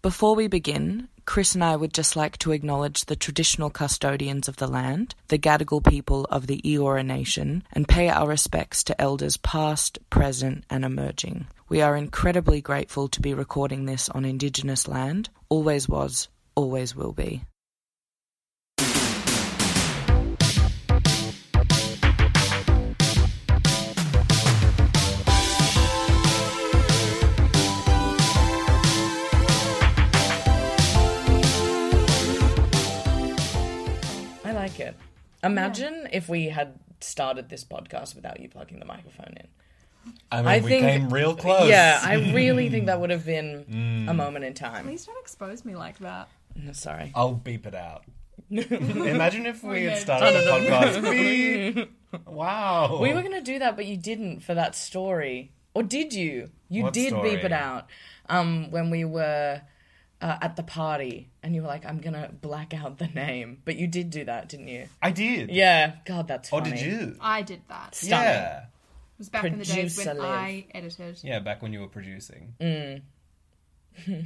Before we begin, Chris and I would just like to acknowledge the traditional custodians of the land, the Gadigal people of the Eora Nation, and pay our respects to elders past, present, and emerging. We are incredibly grateful to be recording this on Indigenous land, always was, always will be. I like it. Imagine if we had started this podcast without you plugging the microphone in. I mean, I we think- came real close. Yeah, I really think that would have been a moment in time. Please don't expose me like that. Sorry. I'll beep it out. Imagine if we had started Okay. the podcast. Beep. Wow. We were going to do that, but you didn't for that story. Or did you? You What did beep story? it out um, when we were uh, at the party and you were like, I'm going to black out the name. But you did do that, didn't you? I did. Yeah. God, that's Or funny. Oh, did you? I did that. It Stunning. Yeah. was back in the days when Producer live. I edited. Yeah, back when you were producing. Mm. You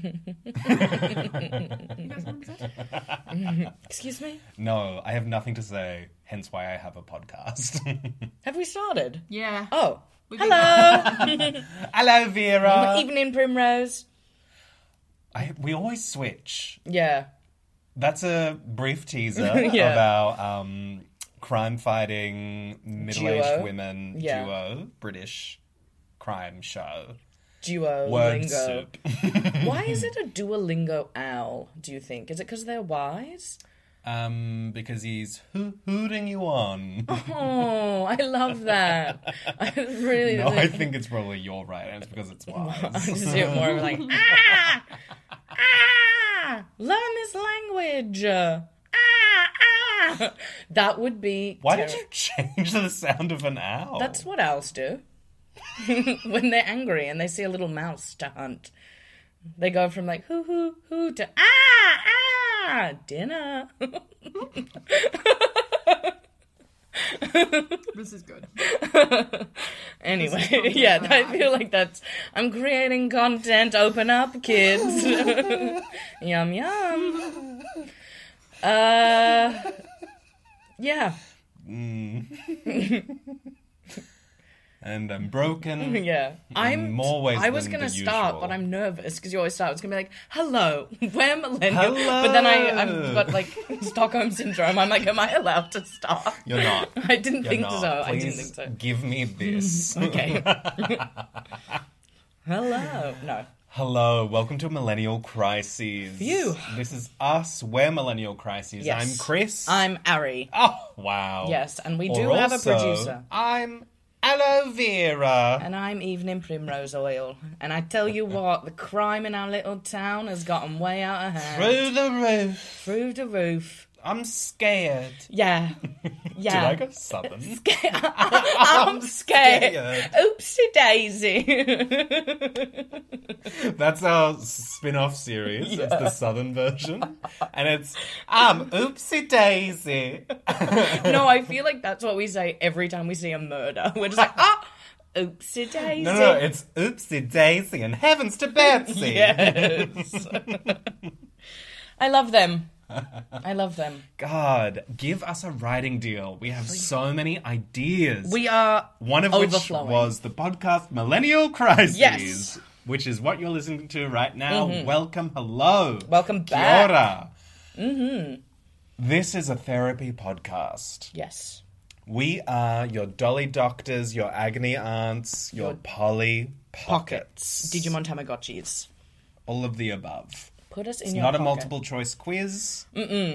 guys remember that? Excuse me? No, I have nothing to say, hence why I have a podcast. Have we started? Yeah. Oh. We've been- Hello. Hello, Vera. Evening Primrose. I, we always switch. Yeah. That's a brief teaser Yeah. of our um, crime fighting middle aged Duo. women Yeah. duo, British crime show. Duo Word lingo. soup. Why is it a Duolingo owl, do you think? Is it because they're wise? Um, because he's hoo- hooting you on. Oh, I love that. I really no, I think it's probably your right answer because it's I wise. just hear it more of like ah ah learn this language ah ah. That would be Why did terri- you change the sound of an owl? That's what owls do when they're angry and they see a little mouse to hunt. They go from like hoo hoo hoo to ah ah dinner. This is good. Anyway, yeah, I feel like that's. I'm creating content. Open up, kids. yum yum. Uh, yeah, and I'm broken. yeah. I'm. more ways I was than gonna the start, usual. but I'm nervous because you always start. It's gonna be like, "Hello, we're millennial," Hello. but then I, I've got like Stockholm syndrome. I'm like, "Am I allowed to start?" You're not. You're I didn't think not. so. I Please didn't think so. Give me this. Okay. Hello. No. Hello, welcome to Millennial Crises. Phew. This is us. We're Millennial Crises. Yes. I'm Chris. I'm Ari. Oh, wow. Yes, and we do Or have a also, producer. I'm aloe vera. And I'm evening primrose oil. And I tell you what, the crime in our little town has gotten way out of hand. Through the roof. Through the roof. I'm scared. Yeah. Did Yeah. I go southern? I'm scared. scared. Oopsie daisy. That's our spin-off series. It's the southern version, and it's um oopsie daisy. no, I feel like that's what we say every time we see a murder. We're just like, ah, oopsie daisy. No, no, it's oopsie daisy and heavens to Betsy. yes. I love them. I love them. God, give us a writing deal. We have so many ideas. We are One of which Overflowing. was the podcast Millennial Crises, Yes. Mm-hmm. which is what you're listening to right now. Welcome, hello. welcome Kia back. Mm-hmm. ora. This is a therapy podcast. Yes. We are your dolly doctors, your agony aunts, your, Polly pockets. Digimon Tamagotchis. All of the above. Put us in It's your not a pocket. multiple choice quiz.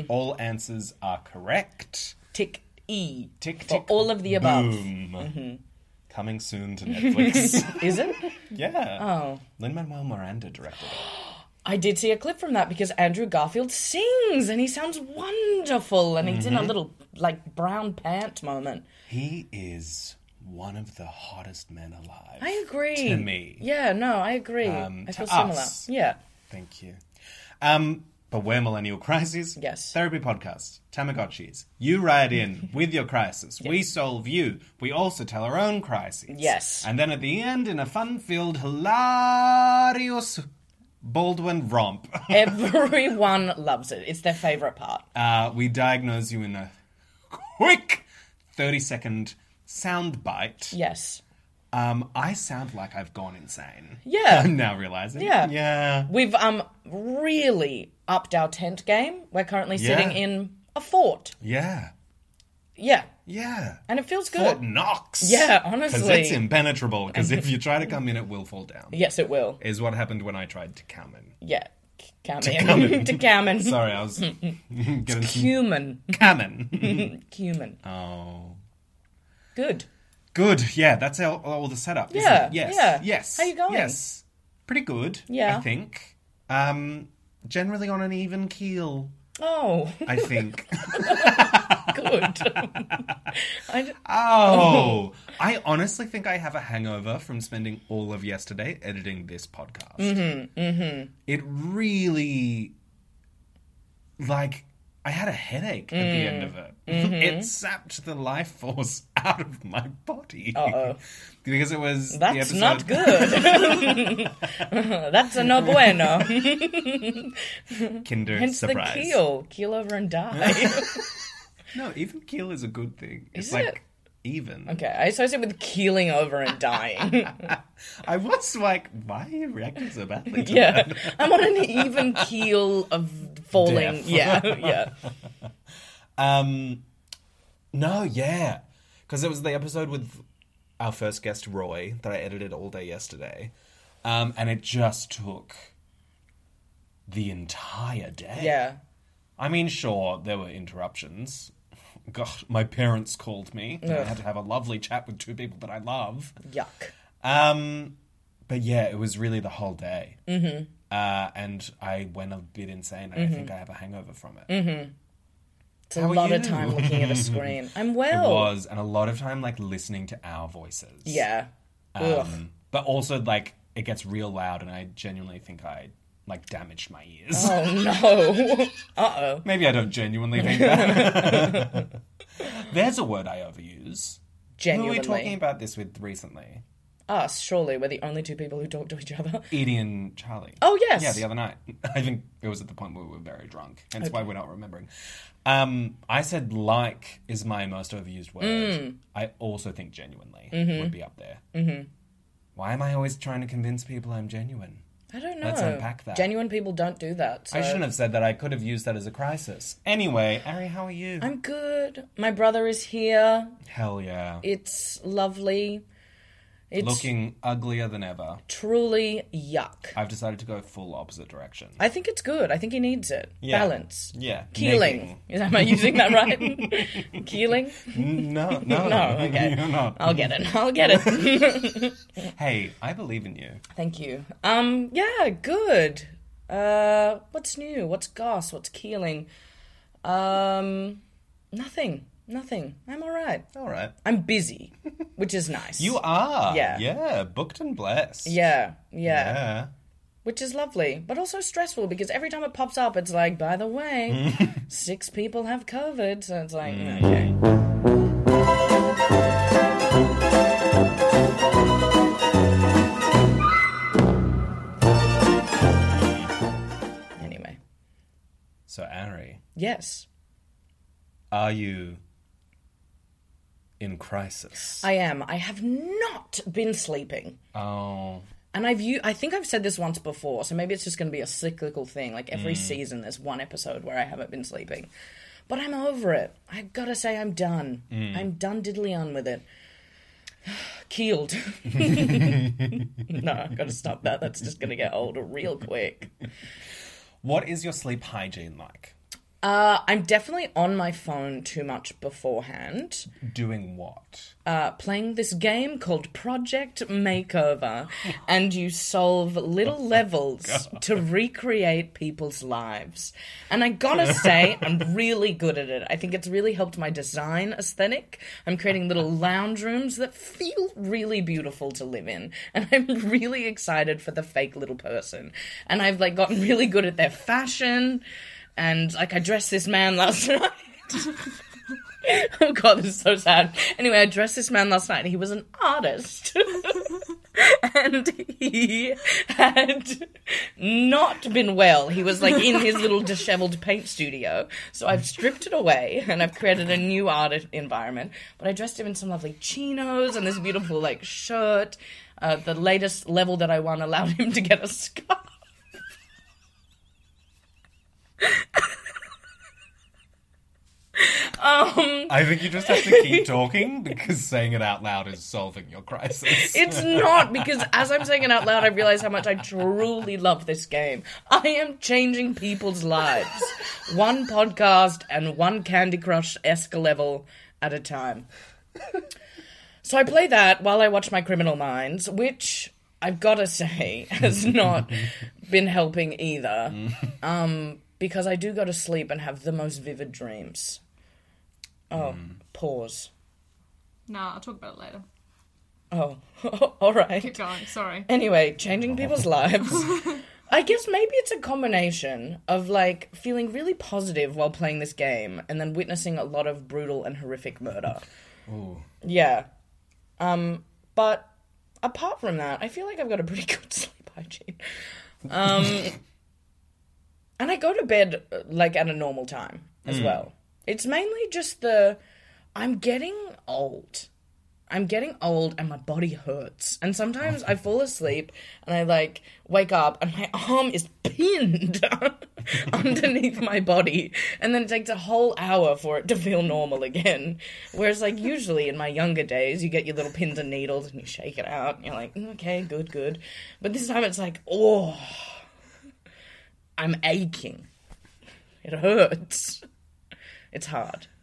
All answers are correct. tick E. Tick, tick. For all of the above. Mm-hmm. Boom. Coming soon to Netflix. Is it? yeah. Oh. Lin Manuel Miranda directed it. I did see a clip from that because Andrew Garfield sings and he sounds wonderful and he's in Mm-hmm. a little like brown pant moment. He is one of the hottest men alive. I agree. To me. Yeah, no, I agree. Um, I to feel similar. us. Yeah. Thank you. Um, but we're Millennial Crises. Yes. Therapy podcast, Tamagotchis. You write in with your crisis. We solve you. We also tell our own crises. Yes. And then at the end, in a fun filled, hilarious Baldwin romp. Everyone loves it. It's their favorite part. Uh, we diagnose you in a quick 30 second sound bite. Yes. Um, I sound like I've gone insane. Yeah. I'm now realizing. Yeah. Yeah. We've um really upped our tent game. We're currently sitting Yeah. in a fort. Yeah. Yeah. Yeah. And it feels good. Fort Knox. Yeah, Because honestly. it's impenetrable. Because if you try to come in, it will fall down. Yes, it will. Is what happened when I tried to come in. Yeah. C- Come in. to come in. Sorry, I was getting some Cumin. coming. Cumin. oh. Good. Good. Yeah, that's all, all the setup. isn't Yeah, it? Yes. yeah. Yes. How you going? Yes. Pretty good. Yeah. I think. Um, generally on an even keel. Oh, I think. good. I d- Ah, oh, I honestly think I have a hangover from spending all of yesterday editing this podcast. Mm-hmm. Mm-hmm. It really, like, I had a headache at the Mm. end of it. Mm-hmm. It sapped the life force out of my body. Uh-oh. Because it was the that's not episode- good. that's a no bueno. Kinder Hence surprise. the keel. Keel over and die. No, even keel is a good thing. It's Is like it? even. okay, I associate with keeling over and dying. I was like, why are you reacting so badly? To yeah. that? I'm on an even keel of falling. Death. Yeah, yeah. Um, no, yeah, because it was the episode with our first guest Roy that I edited all day yesterday, um, and it just took the entire day. Yeah. I mean, sure, there were interruptions. God, my parents called me. And I Ugh. had to have a lovely chat with two people that I love. Yuck. Um, but yeah, it was really the whole day. Mm-hmm. Uh, and I went a bit insane. Mm-hmm. and I think I have a hangover from it. It's a How are lot of you? time looking at a screen. I'm well. It was, and a lot of time like listening to our voices. Oh. Yeah. Ugh. Um, but also like it gets real loud, and I genuinely think I like damaged my ears. Oh no. uh oh. Maybe I don't genuinely think that. There's a word I overuse. Who are Genuinely. we talking about this with recently? Us, surely. We're the only two people who talk to each other. Edie and Charlie. Oh, yes. Yeah, the other night. I think it was at the point where we were very drunk. Hence why we're not remembering. Um, I said like is my most overused word. Mm. I also think genuinely would be up there. Mm-hmm. Why am I always trying to convince people I'm genuine? I don't know. Let's unpack that. Genuine people don't do that. So. I shouldn't have said that. I could have used that as a crisis. Anyway, Ari, how are you? I'm good. My brother is here. Hell yeah. It's lovely. It's Looking uglier than ever. truly yuck. I've decided to go full opposite direction. I think it's good. I think he needs it. Yeah. Balance. Yeah. Keeling. Is, am I using that right? Keeling? Naked. No, no. No, okay. You're not. I'll get it. I'll get it. Hey, I believe in you. Thank you. Um, yeah, good. Uh, what's new? What's goss? What's keeling? Um, nothing. Nothing. I'm all right. All right. I'm busy, which is nice. You are. Yeah. Yeah. Booked and blessed. Yeah, yeah, Yeah. Which is lovely, but also stressful because every time it pops up, it's like, by the way, six people have COVID. So it's like, okay. Anyway, So, Ari, yes, are you in crisis? I am. I have not been sleeping. Oh. And I've u- I think I've said this once before, so maybe it's just going to be a cyclical thing. Like every season, there's one episode where I haven't been sleeping, but I'm over it. I gotta say, I'm done. I'm done diddly on with it. Keeled. no, I've got to stop that. That's just going to get old real quick. What is your sleep hygiene like? Uh, I'm definitely on my phone too much beforehand. Doing what? uh, playing this game called Project Makeover, and you solve little levels to recreate people's lives. And I gotta say, I'm really good at it. I think it's really helped my design aesthetic. I'm creating little lounge rooms that feel really beautiful to live in, and I'm really excited for the fake little person. And I've like gotten really good at their fashion, and like I dressed this man last night. Oh god, this is so sad. Anyway, I dressed this man last night and he was an artist. and he had not been well. He was like in his little disheveled paint studio. So I've stripped it away and I've created a new art environment. But I dressed him in some lovely chinos and this beautiful like shirt. Uh, the latest level that I won allowed him to get a scarf. um, I think you just have to keep talking because saying it out loud is solving your crisis. It's not because as I'm saying it out loud, I realize how much I truly love this game. I am changing people's lives, one podcast and one Candy Crush esque level at a time. So I play that while I watch my Criminal Minds, which I've got to say has not been helping either, um, because I do go to sleep and have the most vivid dreams. Oh, pause. Nah, I'll talk about it later. Oh, all right. Keep going. Sorry. Anyway, changing people's lives. I guess maybe it's a combination of like feeling really positive while playing this game and then witnessing a lot of brutal and horrific murder. Ooh. Yeah. Um, but apart from that, I feel like I've got a pretty good sleep hygiene. Um, and I go to bed uh, like at a normal time as well. It's mainly just the I'm getting old. I'm getting old and my body hurts. And sometimes I fall asleep and I like wake up and my arm is pinned underneath my body. And then it takes a whole hour for it to feel normal again. Whereas, like, usually in my younger days, you get your little pins and needles and you shake it out and you're like, "Mm, okay, good, good. But this time it's like, oh, I'm aching. It hurts. It's hard.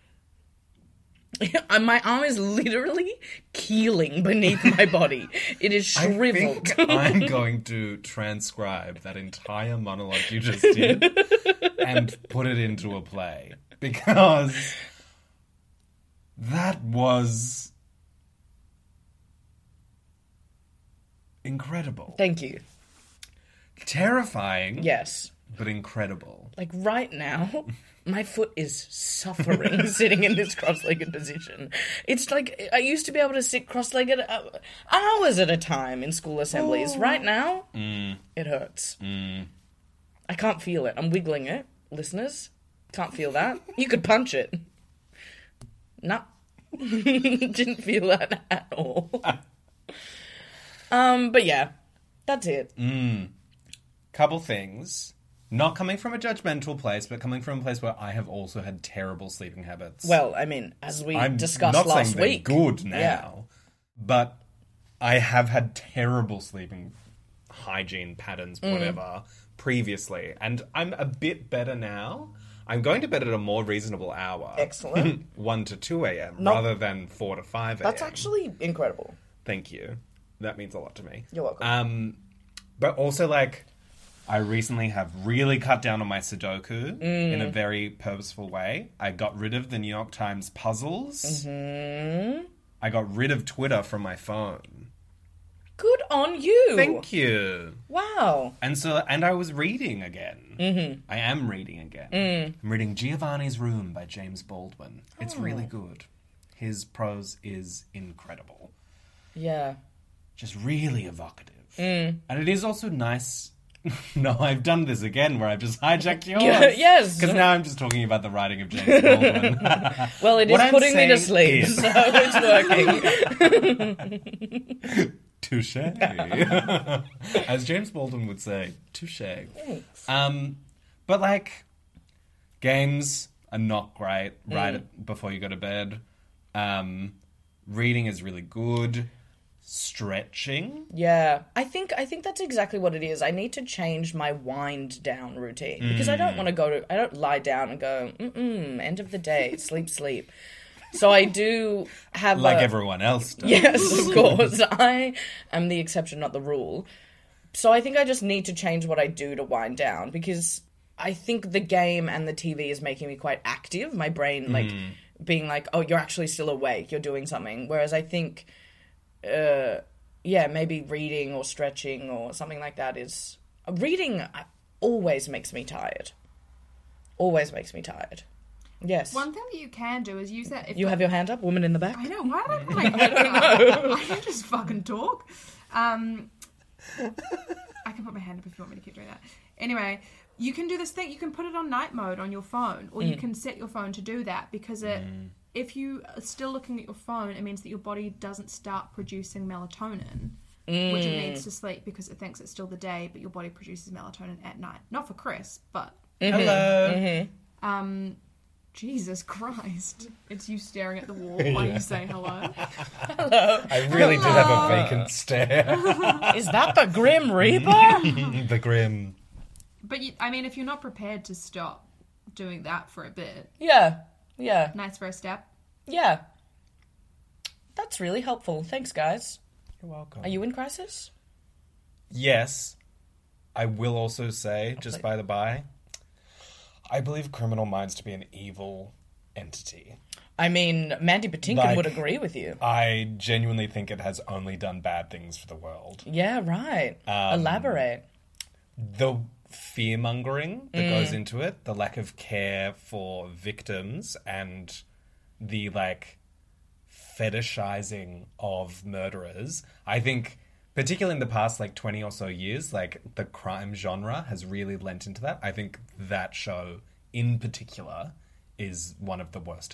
And my arm is literally keeling beneath my body. It is I shriveled. think I'm going to transcribe that entire monologue you just did and put it into a play because that was incredible. Thank you. Terrifying, Yes. but incredible. Like right now, my foot is suffering sitting in this cross legged position. It's like I used to be able to sit cross legged hours at a time in school assemblies. Oh. Right now, Mm. it hurts. I can't feel it. I'm wiggling it. Listeners, can't feel that. You could punch it. No. Didn't feel that at all. um, but yeah, that's it. couple things. Not coming from a judgmental place, but coming from a place where I have also had terrible sleeping habits. Well, I mean, as we I'm discussed not last saying they're week. good now, but I have had terrible sleeping hygiene patterns, Mm. whatever, previously, and I'm a bit better now. I'm going to bed at a more reasonable hour, Excellent. one to two a.m. No. rather than four to five a.m. That's actually incredible. Thank you. That means a lot to me. You're welcome. Um, but also, like, I recently have really cut down on my Sudoku in a very purposeful way. I got rid of the New York Times puzzles. I got rid of Twitter from my phone. Good on you. Thank you. wow. And so, and I was reading again. Mm-hmm. I am reading again. I'm reading Giovanni's Room by James Baldwin. It's really good. His prose is incredible. Yeah. just really evocative. Mm. And it is also nice. no, I've done this again where I've just hijacked yours. Yeah, yes. Because now I'm just talking about the writing of James Baldwin. Well, it is What I'm putting me to saying sleep, is- so it's working. touche. As James Baldwin would say, touche. Um, but like, games are not great Mm. right before you go to bed. Um, reading is really good. Stretching. yeah. I think I think that's exactly what it is. I need to change my wind down routine because I don't want to go to I don't lie down and go, mm-mm, end of the day, sleep, sleep. So I do have Like a- everyone else does. Yes, of course. I am the exception, not the rule. So I think I just need to change what I do to wind down because I think the game and the TV is making me quite active. My brain, like, being like, oh, you're actually still awake, you're doing something. Whereas I think, uh, yeah, maybe reading or stretching or something like that is. Reading uh, always makes me tired. Always makes me tired. Yes. One thing that you can do is use that. If you have your hand up, woman in the back. I know. Why did I put my hand up? I can just fucking talk. Um, I can put my hand up if you want me to keep doing that. Anyway, you can do this thing. You can put it on night mode on your phone, or you can set your phone to do that because it. If you are still looking at your phone, it means that your body doesn't start producing melatonin, which it needs to sleep because it thinks it's still the day, but your body produces melatonin at night. Not for Chris, but Mm-hmm. Hello. um, Jesus Christ. It's you staring at the wall while you say hello. I really did have a vacant stare. Is that the Grim Reaper? the grim. But you, I mean, if you're not prepared to stop doing that for a bit, yeah, yeah, nice first step. yeah. That's really helpful. Thanks, guys. You're welcome. Are you in crisis? Yes. I will also say, just by the by, I believe Criminal Minds to be an evil entity. I mean, Mandy Patinkin Like- would agree with you. I genuinely think it has only done bad things for the world. Yeah, right. Elaborate. The fear mongering that Mm. goes into it, the lack of care for victims, and the like fetishizing of murderers. I think, particularly in the past like 20 or so years, like the crime genre has really lent into that. I think that show in particular is one of the worst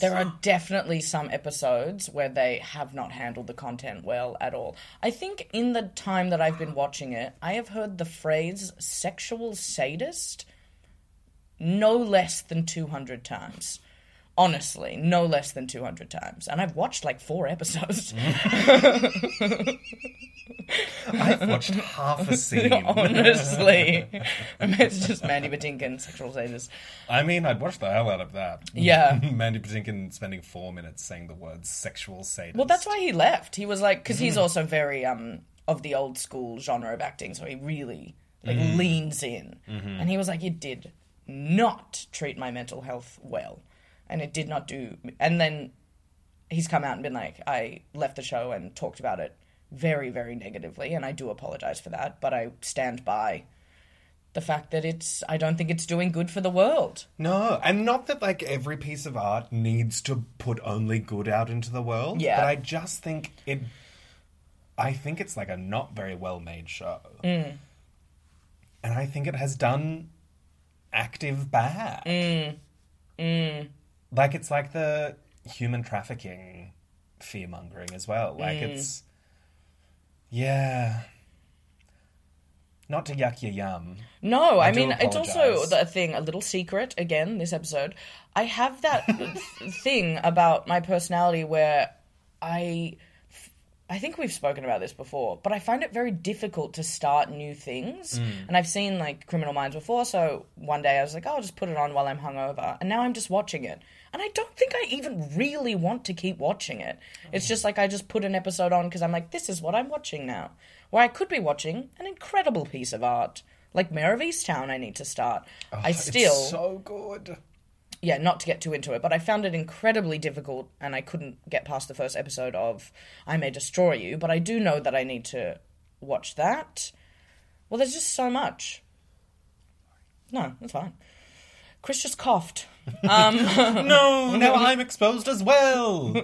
There are definitely some episodes where they have not handled the content well at all. I think in the time that I've been watching it, I have heard the phrase sexual sadist no less than 200 times. Honestly, no less than 200 times. And I've watched like four episodes. I've watched half a scene. Honestly. it's just Mandy Patinkin, sexual sadist. I mean, I'd watch the hell out of that. Yeah. Mandy Patinkin spending four minutes saying the words sexual sadist. Well, that's why he left. He was like, because he's also very um of the old school genre of acting, so he really like leans in, and he was like, it did not treat my mental health well, and it did not do. And then he's come out and been like, I left the show and talked about it very, very negatively, and I do apologize for that, but I stand by the fact that it's. I don't think it's doing good for the world. No, and not that like every piece of art needs to put only good out into the world. Yeah. But I just think it. I think it's like a not very well made show. Mm. And I think it has done active bad. Mm. Like it's like the human trafficking fear mongering as well. Like Mm. it's. Yeah. Not to yuck your yum. No, I, do mean it's also apologise. the thing. A little secret again. This episode, I have that th- thing about my personality where I, I think we've spoken about this before, but I find it very difficult to start new things. And I've seen like Criminal Minds before, so one day I was like, oh, I'll just put it on while I'm hungover, and now I'm just watching it, and I don't think I even really want to keep watching it. It's just like I just put an episode on because I'm like, this is what I'm watching now. Where I could be watching an incredible piece of art like Mayor of Easttown I need to start. I It's still so good. yeah, not to get too into it, but I found it incredibly difficult and I couldn't get past the first episode of I May Destroy You, but I do know that I need to watch that. Well, there's just so much. No, that's fine. Chris just coughed. Oh, No, now I'm exposed as well.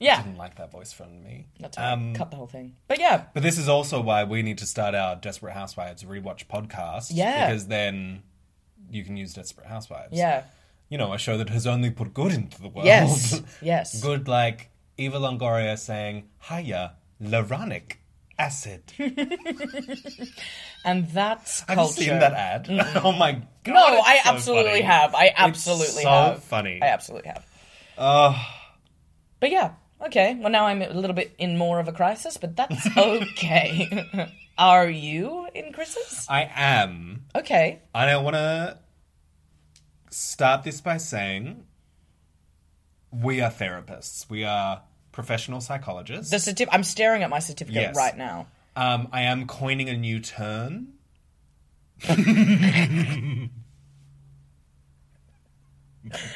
Yeah. Didn't like that voice from me. That's fine. Um, Cut the whole thing. But yeah, But this is also why we need to start our Desperate Housewives rewatch podcast. Yeah. Because then you can use Desperate Housewives. yeah, You know, a show that has only put good into the world. yes, yes. Oh, good like Eva Longoria saying, Hiya, Luronic acid. And that's Have culture. you seen that ad? oh my god. No, it's I so absolutely funny. have. I absolutely so have. funny. I absolutely have. But yeah, okay. Well, now I'm a little bit in more of a crisis, but that's okay. Are you in crisis? I am. Okay. And I want to start this by saying we are therapists. We are professional psychologists. The certif- I'm staring at my certificate Yes. right now. um, I am coining a new term.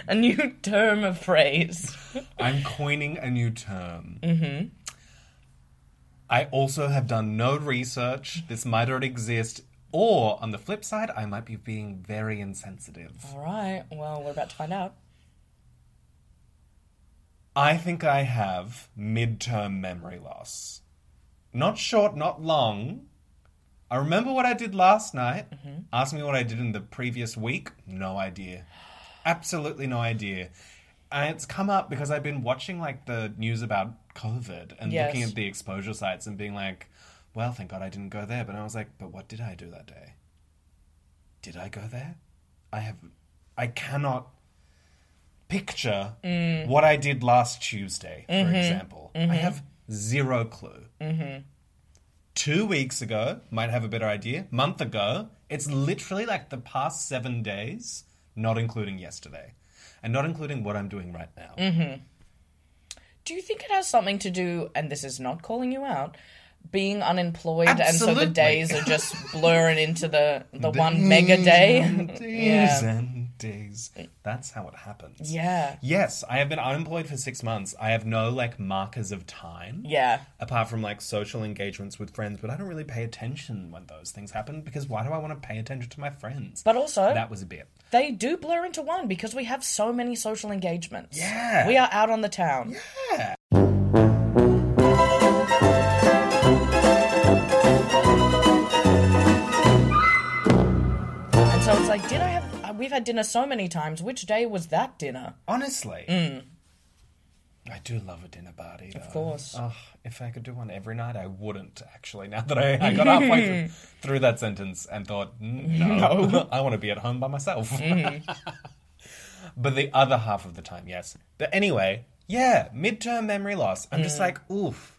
A new term of phrase. I'm coining a new term. Mm-hmm. I also have done no research. This might already exist. Or on the flip side, I might be being very insensitive. All right. Well, we're about to find out. I think I have midterm memory loss. Not short, not long. I remember what I did last night. Ask me what I did in the previous week. No idea. Absolutely no idea. And it's come up because I've been watching like the news about COVID and Yes. looking at the exposure sites and being like, well, thank God I didn't go there. But I was like, but what did I do that day? Did I go there? I have. I cannot picture what I did last Tuesday, for example. I have zero clue. Two weeks ago, might have a better idea. Month ago, it's literally like the past seven days, not including yesterday, and not including what I'm doing right now. Mm-hmm. Do you think it has something to do, and this is not calling you out, being unemployed and so Absolutely. the days are just blurring into the, the one mega Mm, day? Days and days. That's how it happens. yeah. Yes, I have been unemployed for six months. I have no like markers of time. Yeah. apart from like social engagements with friends, but I don't really pay attention when those things happen because why do I want to pay attention to my friends? But also, that was a bit. they do blur into one because we have so many social engagements. Yeah. We are out on the town. And so it's like, did I have. uh, We've had dinner so many times. Which day was that dinner? Honestly. I do love a dinner party, though. Mm. Of course. if I could do one every night, I wouldn't, actually, now that I, I got halfway through, through that sentence and thought, "Mm, no, Mm. I want to be at home by myself. but the other half of the time, yes. But anyway, yeah, midterm memory loss. I'm just like, oof.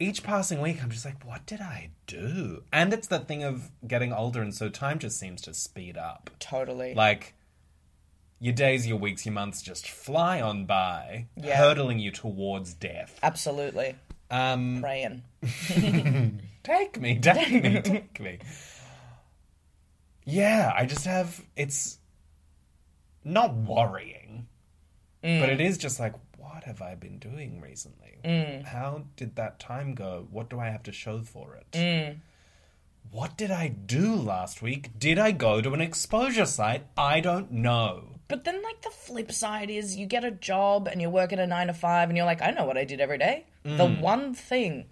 Each passing week, I'm just like, what did I do? And it's that thing of getting older, and so time just seems to speed up. Totally. Like, your days, your weeks, your months just fly on by, Yeah. hurtling you towards death. Absolutely. Um, Praying. take me, take me, take me. Yeah, I just have. It's not worrying, but it is just like, what have I been doing recently? How did that time go? What do I have to show for it? What did I do last week? Did I go to an exposure site? I don't know. But then, like, the flip side is you get a job and you're working a nine to five and you're like, I know what I did every day. The Mm. one thing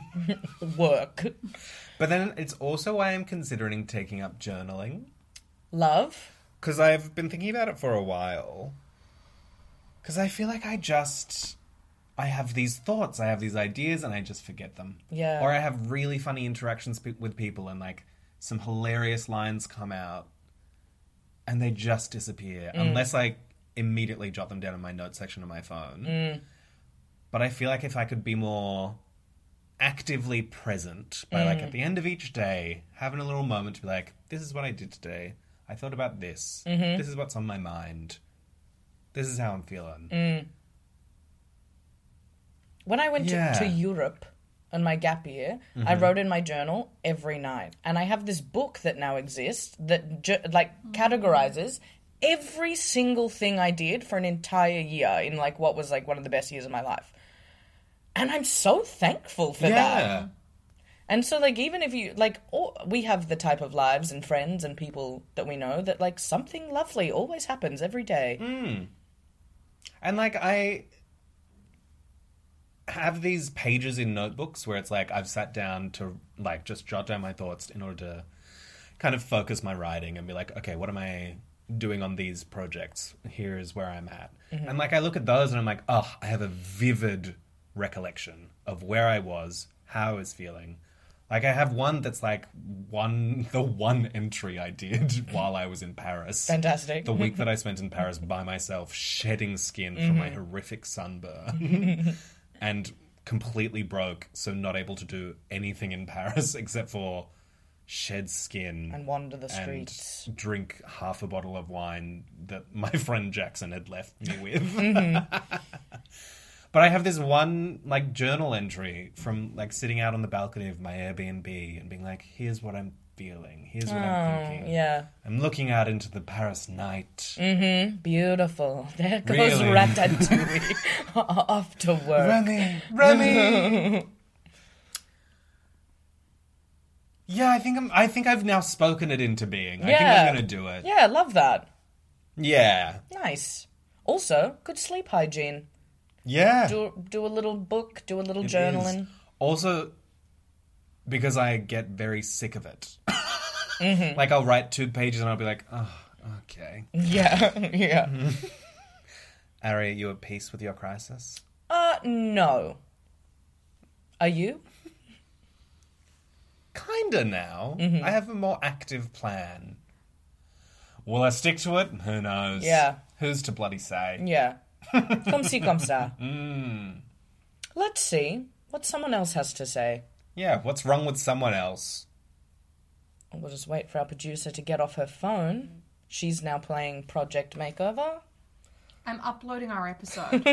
work, But then it's also why I'm considering taking up journaling love. because I've been thinking about it for a while. Because I feel like I just. I have these thoughts, I have these ideas, and I just forget them. Yeah. Or I have really funny interactions pe- with people, and like some hilarious lines come out, and they just disappear unless I immediately jot them down in my notes section of my phone. But I feel like if I could be more actively present by like at the end of each day having a little moment to be like this is what i did today i thought about this this is what's on my mind this is how i'm feeling When I went Yeah. Mm-hmm. to, to Europe on my gap year, I wrote in my journal every night. And I have this book that now exists that, ju- like, categorizes every single thing I did for an entire year in, like, what was, like, one of the best years of my life. And I'm so thankful for that. yeah And so, like, even if you like, all, we have the type of lives and friends and people that we know that like something lovely always happens every day. and like i have these pages in notebooks where it's like i've sat down to like just jot down my thoughts in order to kind of focus my writing and be like okay what am i doing on these projects here is where i'm at and like i look at those and i'm like oh i have a vivid recollection of where i was how i was feeling like i have one that's like one the one entry i did while i was in paris Fantastic. the week that I spent in Paris by myself, shedding skin from Mm-hmm. my horrific sunburn and completely broke, so not able to do anything in Paris except for shed skin and wander the and streets. drink half a bottle of wine that my friend Jackson had left me with. Mm-hmm. but I have this one like journal entry from like sitting out on the balcony of my Airbnb and being like, here's what I'm feeling, here's what I'm thinking. Oh, Yeah, I'm looking out into the Paris night. beautiful. There goes Really? Ratatouille off to work. Remy, Remy. yeah, I think I'm. I think I've now spoken it into being. I think Yeah. I'm gonna do it. Yeah, love that. Yeah, Nice. Also, good sleep hygiene. yeah. Do do a little book. Do a little It is. journaling. Also, because I get very sick of it. Mm-hmm. Like I'll write two pages and I'll be like, oh, okay. Yeah, yeah. Mm-hmm. Ari, are you at peace with your crisis? Uh, no. Are you? Kinda now. Mm-hmm. I have a more active plan. Will I stick to it? Who knows? Yeah. Who's to bloody say? Yeah. Come see, come star. Let's see what someone else has to say. Yeah, what's wrong with someone else? We'll just wait for our producer to get off her phone. She's now playing Project Makeover. I'm uploading our episode.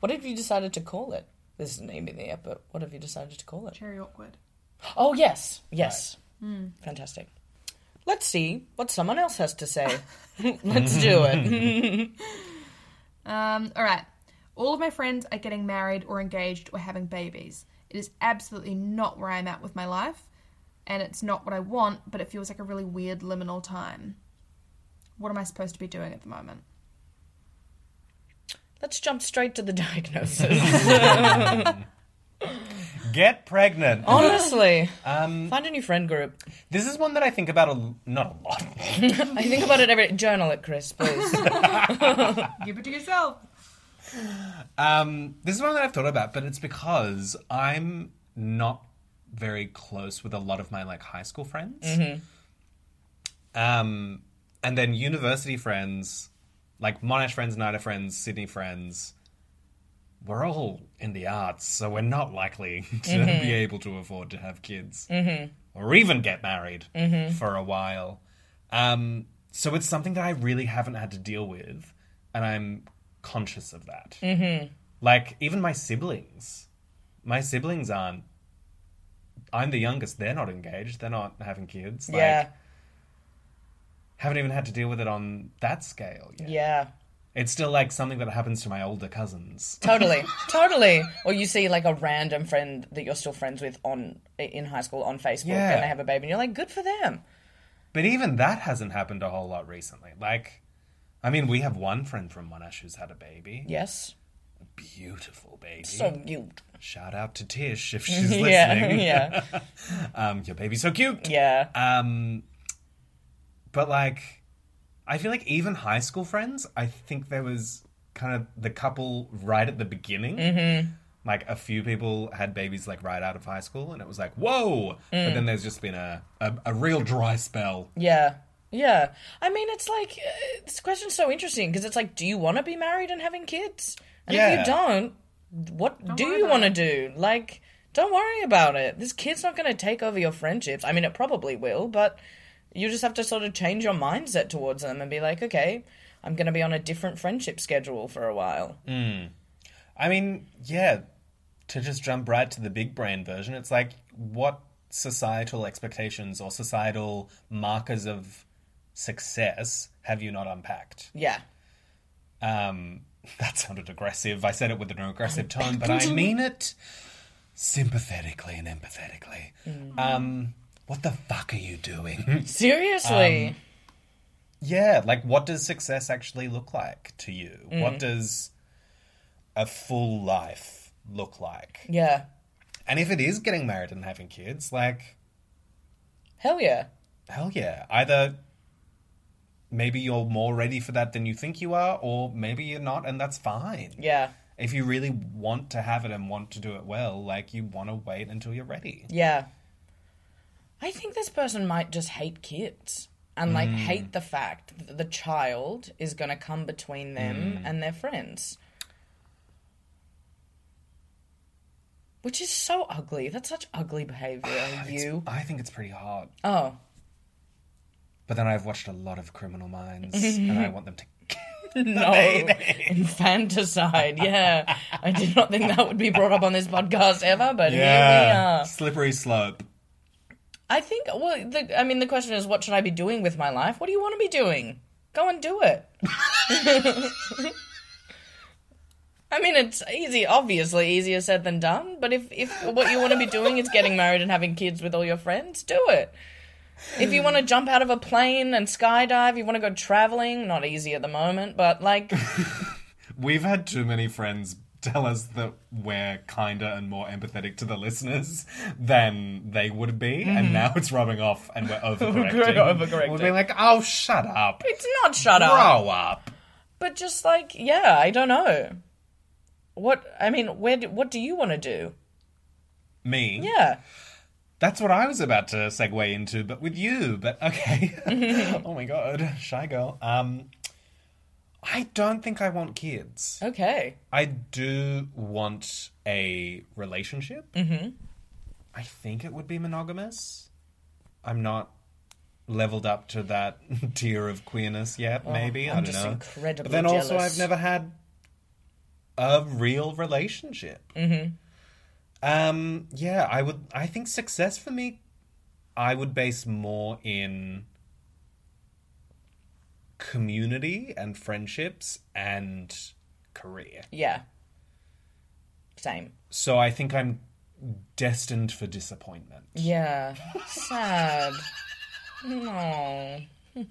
What have you decided to call it? This isn't even the app, but what have you decided to call it? Cherry awkward. Oh, yes. Yes. Fantastic. Let's see what someone else has to say. Let's do it. Um, all right. All of my friends are getting married or engaged or having babies. It is absolutely not where I'm at with my life, and it's not what I want, but it feels like a really weird liminal time. What am I supposed to be doing at the moment? Let's jump straight to the diagnosis. Get pregnant. Oh. Honestly, find a new friend group. This is one that I think about a not a lot. I think about it every journal it, Chris, please. Give it to yourself. Um, this is one that I've thought about, but it's because I'm not very close with a lot of my like high school friends. Um, and then university friends, like Monash friends, NIDA friends, Sydney friends, we're all in the arts, so we're not likely to be able to afford to have kids or even get married for a while. Um, so it's something that I really haven't had to deal with, and I'm conscious of that. Like even my siblings, my siblings aren't. I'm the youngest. They're not engaged. They're not having kids. Like, yeah, Haven't even had to deal with it on that scale yet. yeah. It's still like something that happens to my older cousins. Totally, totally. Or you see like a random friend that you're still friends with on in high school on Facebook, Yeah. and they have a baby, and you're like, good for them. But even that hasn't happened a whole lot recently. Like, I mean, we have one friend from Monash who's had a baby. Yes, Beautiful baby. so cute. Shout out to Tish if she's Mm. listening. Yeah, yeah, Um, your baby's so cute. yeah. Um, but like, I feel like even high school friends, I think there was kind of the couple right at the beginning. Like a few people had babies like right out of high school, and it was like, whoa! But then there's just been a, a a real dry spell. Yeah. Yeah. I mean, it's like, uh, this question's so interesting because it's like, do you want to be married and having kids? And if Yeah. you don't, what do worry you about want to do? it. Like, don't worry about it. This kid's not going to take over your friendships. I mean, it probably will, but you just have to sort of change your mindset towards them and be like, okay, I'm going to be on a different friendship schedule for a while. I mean, yeah, to just jump right to the big brand version, it's like what societal expectations or societal markers of success have you not unpacked? Yeah. Um, that sounded aggressive. I said it with an aggressive tone, but I mean it sympathetically and empathetically. Um, what the fuck are you doing? Seriously. yeah, like what does success actually look like to you? What does a full life look like? yeah. And if it is getting married and having kids, like, Hell yeah. hell yeah. Either maybe you're more ready for that than you think you are, or maybe you're not, and that's fine. Yeah. if you really want to have it and want to do it well, like you want to wait until you're ready. Yeah. I think this person might just hate kids and like hate the fact that the child is going to come between them and their friends. Which is so ugly. That's such ugly behavior, It's- you. I think it's pretty hard. Oh. But then I've watched a lot of Criminal Minds, and I want them to. No. Infanticide. Yeah. I did not think that would be brought up on this podcast ever, but here we are. slippery slope. I think. Well, the, I mean, the question is, what should I be doing with my life? What do you want to be doing? Go and do it. I mean, it's easy, obviously easier said than done. But if if what you want to be doing is getting married and having kids with all your friends, do it. If you want to jump out of a plane and skydive, you want to go traveling. Not easy at the moment, but like, We've had too many friends tell us that we're kinder and more empathetic to the listeners than they would be, and now it's rubbing off and we're overcorrecting. Mm-hmm. overcorrecting. We'll be like, oh, shut up. It's not shut up. Grow up. But just like, yeah, I don't know. What I mean, where? Do, what do you want to do? Me. Yeah. That's what I was about to segue into, but with you. But okay. oh my god, shy girl. Um, I don't think I want kids. Okay. I do want a relationship. Mm-hmm. I think it would be monogamous. I'm not leveled up to that tier of queerness yet. maybe I Oh, I'm don't just know. incredibly but then also, jealous. I've never had a real relationship. Mm-hmm. Um. Yeah. I would. I think success for me, I would base more in community and friendships and career. Yeah. Same. So I think I'm destined for disappointment. Yeah. Sad. No.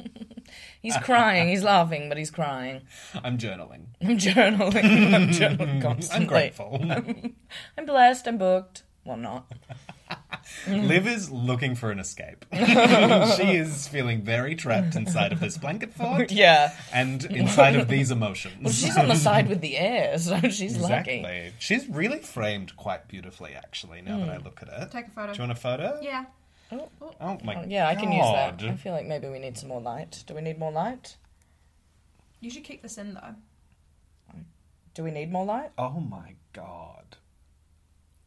he's crying. He's laughing, but he's crying. I'm journaling. I'm journaling. I'm journaling constantly. I'm grateful. I'm blessed. I'm booked. Well, not. Liv is looking for an escape. she is feeling very trapped inside of this blanket fort Yeah. and inside of these emotions. She's on the side with the air, so she's exactly. lucky. Hmm. She's really framed quite beautifully, actually. Now that I look at it, Take a photo. do you want a photo? yeah. Oh my. God. Yeah, I can use that. I feel like maybe we need some more light. Do we need more light? You should keep this in though. Do we need more light? Oh my god.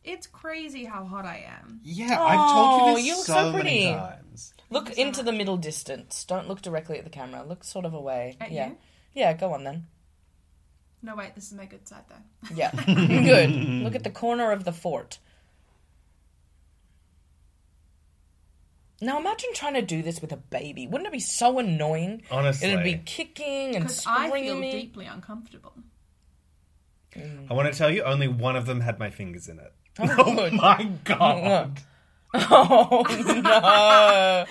It's crazy how hot I am. Yeah, I've told Oh, you this you look so, so many pretty. times. Look into the middle distance. Don't look directly at the camera. Look sort of away. At yeah. you? Yeah, go on then. No, wait, this is my good side though. Yeah. Good. Look at the corner of the fort. Now imagine trying to do this with a baby. Wouldn't it be so annoying? Honestly. It'd be kicking and Because I feel screaming. deeply uncomfortable. I want to tell you, only one of them had my fingers in it. Oh, good. my god. Oh no.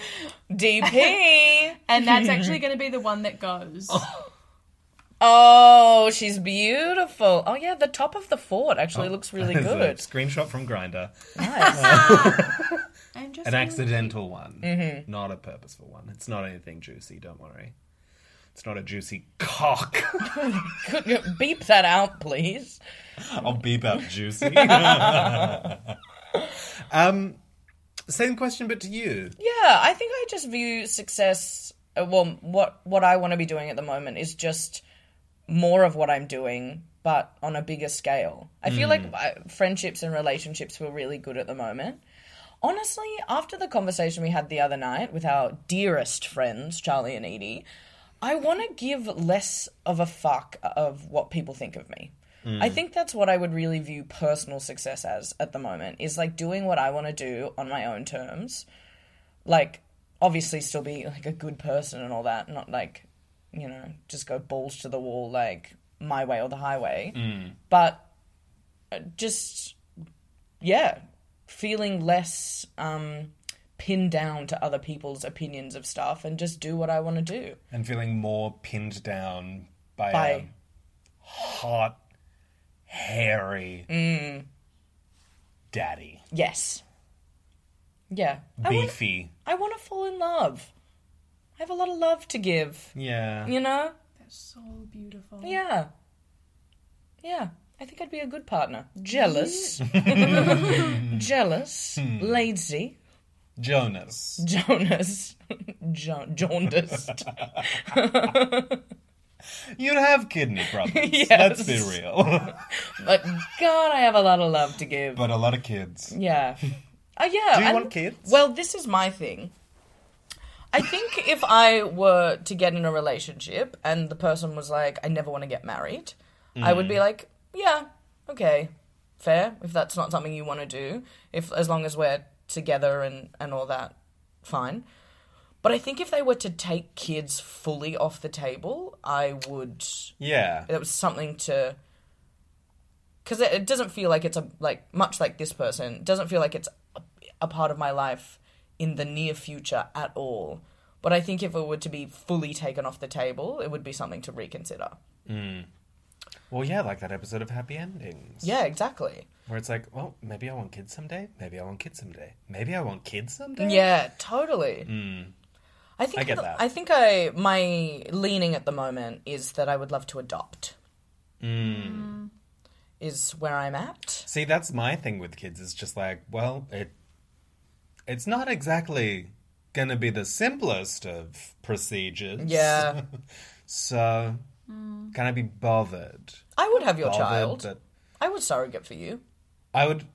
DP. And that's actually going to be the one that goes. Oh, she's beautiful. Oh yeah, the top of the fort actually looks really There's a good. screenshot from Grinder. Nice. I'm just An gonna- accidental one, Mm-hmm. not a purposeful one. It's not anything juicy. Don't worry. It's not a juicy cock. Could you beep that out, please? I'll beep out juicy. um, same question, but to you. Yeah, I think I just view success. uh, Well, what what I want to be doing at the moment is just more of what I'm doing, but on a bigger scale. I feel like uh, friendships and relationships were really good at the moment. Honestly, after the conversation we had the other night with our dearest friends, Charlie and Edie, I want to give less of a fuck of what people think of me. I think that's what I would really view personal success as at the moment is like doing what I want to do on my own terms like obviously still be like a good person and all that, not like you know just go balls to the wall like my way or the highway, but uh, just yeah, feeling less um, pinned down to other people's opinions of stuff and just do what I want to do. And feeling more pinned down by, a By- hot, hairy Mm. daddy, Yes, yeah, I want beefy. I want to fall in love. I have a lot of love to give, Yeah. you know. That's so beautiful. Yeah. Yeah. I think I'd be a good partner. Jealous. Jealous. Lazy. Jonas. Jonas. Ja- jaundiced. You'd have kidney problems. Yes. Let's be real. But God, I have a lot of love to give. but a lot of kids. Yeah. Oh, yeah. Do you I- want kids? Well, this is my thing. I think if I were to get in a relationship and the person was like, I never want to get married, I Mm. would be like, yeah, okay, fair. If that's not something you want to do, if as long as we're together and, and all that, fine. But I think if they were to take kids fully off the table, I would Yeah. it was something to because it, it doesn't feel like it's a like much like this person it doesn't feel like it's a, a part of my life in the near future at all but i think if it were to be fully taken off the table it would be something to reconsider Well, yeah, like that episode of Happy Endings. Yeah, exactly. Where it's like, well, maybe I want kids someday. Maybe I want kids someday. Maybe I want kids someday. Yeah, totally. I think Hmm. I get th- that. I think I my leaning at the moment is that I would love to adopt. Hmm. Is where I'm at. See, that's my thing with kids. It's just like, well, it it's not exactly gonna be the simplest of procedures. Yeah. so can I be bothered? I would have your Bothered child. that- I would surrogate for you. I would